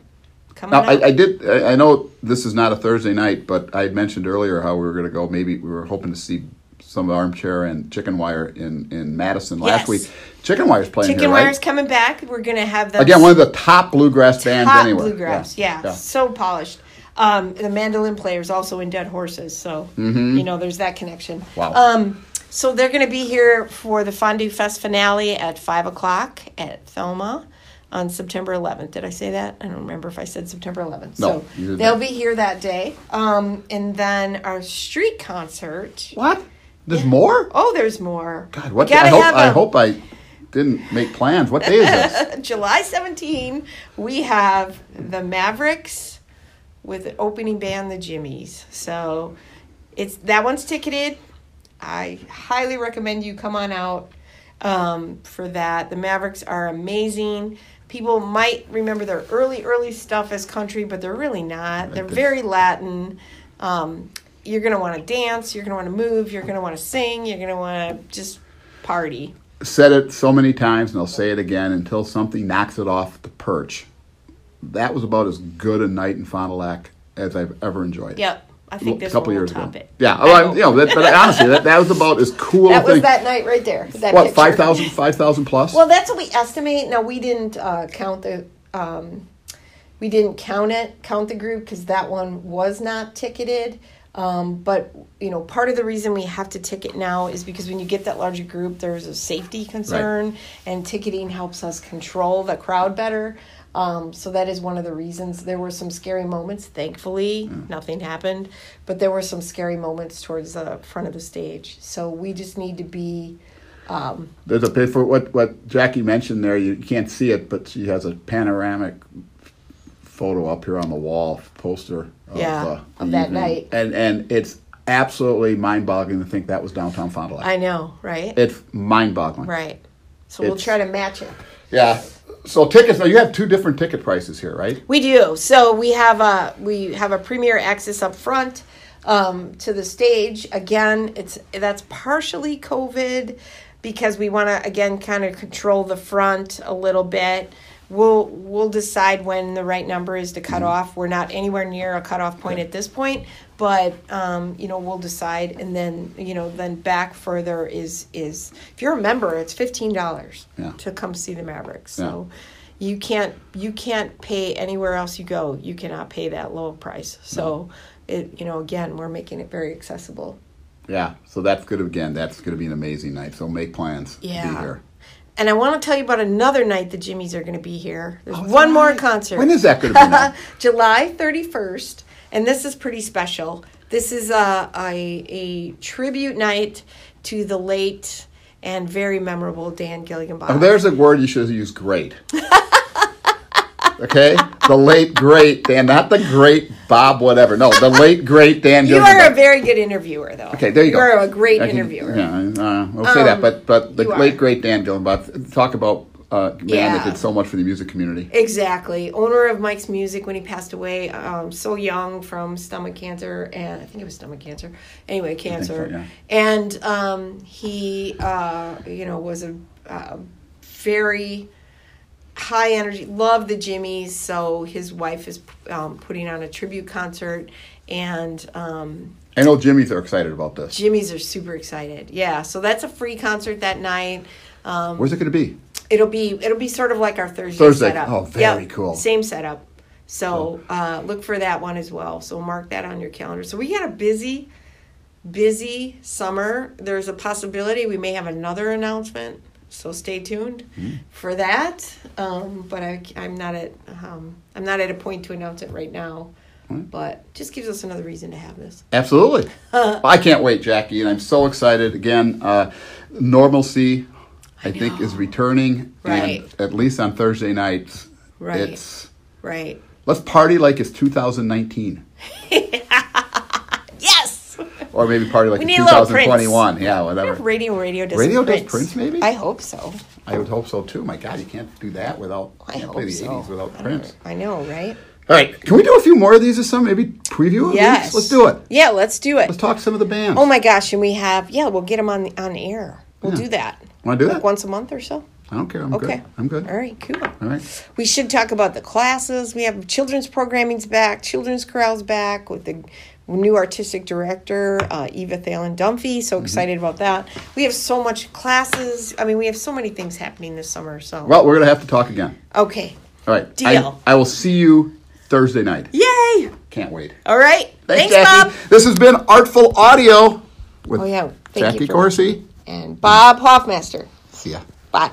Speaker 2: Coming
Speaker 3: Now,
Speaker 2: up.
Speaker 3: I, I did. I, I know this is not a Thursday night, but I had mentioned earlier how we were going to go. Maybe we were hoping to see some armchair and chicken wire in in Madison
Speaker 2: Yes.
Speaker 3: last week. Chicken wire's playing
Speaker 2: Chicken
Speaker 3: here, right?
Speaker 2: Wire's coming back. We're going to have the
Speaker 3: Again, one of the top bluegrass bands
Speaker 2: hot
Speaker 3: anywhere.
Speaker 2: bluegrass. Yeah. So polished. Um, the mandolin player's also in Dead Horses. So, you know, there's that connection.
Speaker 3: Mm-hmm. Wow.
Speaker 2: Um, so they're going to be here for the Fondue Fest finale at 5 o'clock at Thelma on September 11th. Did I say that? I don't remember if I said September 11th.
Speaker 3: No,
Speaker 2: so
Speaker 3: you did
Speaker 2: they'll
Speaker 3: not.
Speaker 2: be here that day. Um, and then our street concert.
Speaker 3: What? There's more?
Speaker 2: Oh, there's more.
Speaker 3: God,
Speaker 2: We
Speaker 3: what?
Speaker 2: gotta
Speaker 3: I hope
Speaker 2: have
Speaker 3: I
Speaker 2: a-
Speaker 3: hope I didn't make plans. What day is this?
Speaker 2: July 17, we have the Mavericks with the opening band, the Jimmies. So it's that one's ticketed. I highly recommend you come on out um, for that. The Mavericks are amazing. People might remember their early, early stuff as country, but they're really not. They're
Speaker 3: Right.
Speaker 2: very Latin. Um, you're going to want to dance. You're going to want to move. You're going to want to sing. You're going to want to just party.
Speaker 3: Said it so many times, and I'll say it again until something knocks it off the perch. That was about as good a night in Fond du Lac as I've ever enjoyed.
Speaker 2: Yep. I
Speaker 3: A
Speaker 2: think this
Speaker 3: couple
Speaker 2: one
Speaker 3: years
Speaker 2: will top
Speaker 3: ago.
Speaker 2: it.
Speaker 3: Yeah, oh, I, you know, that, but honestly, that, that was about as cool a
Speaker 2: That
Speaker 3: thing.
Speaker 2: was that night right there. That
Speaker 3: what
Speaker 2: picture.
Speaker 3: 5,000 5,000 plus?
Speaker 2: Well, that's what we estimate. Now we didn't uh, count the, um, we didn't count it, count the group because that one was not ticketed. Um, but you know, part of the reason we have to ticket now is because when you get that larger group, there's a safety concern, and ticketing helps us control the crowd better. Um, so that is one of the reasons there were some scary moments. Thankfully, nothing happened, but there were some scary moments towards the front of the stage. So we just need to be
Speaker 3: There's a bit for what, what Jackie mentioned there. You can't see it, but she has a panoramic photo up here on the wall poster of,
Speaker 2: Yeah,
Speaker 3: uh, the
Speaker 2: of that
Speaker 3: evening.
Speaker 2: night.
Speaker 3: And, and it's absolutely mind boggling to think that was downtown Fond du Lac.
Speaker 2: I know, right?
Speaker 3: it's mind boggling.
Speaker 2: right. So we'll
Speaker 3: It's-
Speaker 2: try to match it.
Speaker 3: Yeah. So tickets, now you have two different ticket prices here, right?
Speaker 2: We do. So we have a we have a premier access up front um, to the stage. Again, it's that's partially COVID because we want to again kind of control the front a little bit. We'll we'll decide when the right number is to cut off. We're not anywhere near a cutoff point at this point, but um, you know we'll decide. And then you know then back further is is if you're a member, it's fifteen dollars
Speaker 3: Yeah.
Speaker 2: to come see the Mavericks. So you can't you can't pay anywhere else you go. You cannot pay that low price. So it you know again we're making it very accessible.
Speaker 3: Yeah, so that's good again. That's going to be an amazing night. So make plans. To be
Speaker 2: Yeah.
Speaker 3: here.
Speaker 2: And I want to tell you about another night the Jimmys are going to be here. There's one more concert.
Speaker 3: Oh, When is that going to be? now?
Speaker 2: July 31st, and this is pretty special. This is a, a, a tribute night to the late and very memorable Dan Gilligan-Bob.
Speaker 3: Oh, there's a word you should use. Great. Okay, the late great Dan, not the great Bob, whatever. No, the late great Dan.
Speaker 2: you
Speaker 3: Gilgenbach.
Speaker 2: are a very good interviewer, though.
Speaker 3: Okay, there you, go.
Speaker 2: You are a great
Speaker 3: I can-
Speaker 2: interviewer.
Speaker 3: Yeah, uh, we'll say that. But but the
Speaker 2: you are.
Speaker 3: late great Dan Gillenbach, talk about uh, man that
Speaker 2: Yeah.
Speaker 3: did so much for the music community.
Speaker 2: Exactly. Owner of Mike's Music when he passed away um, so young from stomach cancer, and I think it was stomach cancer. Anyway, cancer.
Speaker 3: yeah.
Speaker 2: And um, he, uh, you know, was a, uh very high energy, loved the Jimmys. So his wife is um, putting on a tribute concert, and um,
Speaker 3: I know Jimmy's are excited about this.
Speaker 2: Jimmys are super excited. Yeah. So that's a free concert that night. Um,
Speaker 3: Where's it going to be?
Speaker 2: It'll be it'll be sort of like our Thursday,
Speaker 3: Thursday.
Speaker 2: setup.
Speaker 3: Oh, very cool.
Speaker 2: Same setup. So uh, look for that one as well. So mark that on your calendar. So we got a busy, busy summer. There's a possibility we may have another announcement. So stay tuned
Speaker 3: Hmm.
Speaker 2: for that. Um, but I, I'm not at um, I'm not at a point to announce it right now.
Speaker 3: Hmm.
Speaker 2: But just gives us another reason to have this.
Speaker 3: Absolutely. I can't wait, Jackie, and I'm so excited. Again, uh, normalcy, I, think, is returning.
Speaker 2: Right.
Speaker 3: And at least on Thursday nights,
Speaker 2: Right.
Speaker 3: it's
Speaker 2: Right.
Speaker 3: let's party like it's 2019.
Speaker 2: Yes.
Speaker 3: Or maybe party like
Speaker 2: We
Speaker 3: it's
Speaker 2: need a little Prince.
Speaker 3: 2021. Yeah, whatever.
Speaker 2: Radio Radio does
Speaker 3: Radio does
Speaker 2: Prince.
Speaker 3: Prince, maybe?
Speaker 2: I hope so.
Speaker 3: I would hope so too. My God, you can't do that without
Speaker 2: I
Speaker 3: can't play
Speaker 2: hope
Speaker 3: the
Speaker 2: so.
Speaker 3: 80s without
Speaker 2: I
Speaker 3: Prince.
Speaker 2: I know, right?
Speaker 3: All right, can we do a few more of these or some? Maybe preview at
Speaker 2: Yes.
Speaker 3: least? Let's do it.
Speaker 2: Yeah, let's do it.
Speaker 3: Let's talk some of the bands.
Speaker 2: Oh my gosh, and we have yeah, we'll get them on on air. We'll do that.
Speaker 3: Wanna do
Speaker 2: like
Speaker 3: that?
Speaker 2: once a month or so?
Speaker 3: I don't care. I'm
Speaker 2: Okay,
Speaker 3: good. I'm good.
Speaker 2: All right, cool.
Speaker 3: All right.
Speaker 2: We should talk about the classes. We have children's programming's back, children's corrals back with the new artistic director uh, Eva Thalen Dunphy.
Speaker 3: Mm-hmm.
Speaker 2: So excited about that. We have so much classes. I mean, we have so many things happening this summer. So
Speaker 3: Well, we're gonna have to talk again.
Speaker 2: okay,
Speaker 3: All right.
Speaker 2: Deal.
Speaker 3: I, I will see you Thursday night.
Speaker 2: yay!
Speaker 3: Can't wait.
Speaker 2: All right, thanks,
Speaker 3: Jackie.
Speaker 2: Bob
Speaker 3: This has been Artful Audio with
Speaker 2: Oh, yeah. Thank you
Speaker 3: Jackie
Speaker 2: for-
Speaker 3: Corsi.
Speaker 2: and Bob Hoffmaster.
Speaker 3: See ya.
Speaker 2: Bye.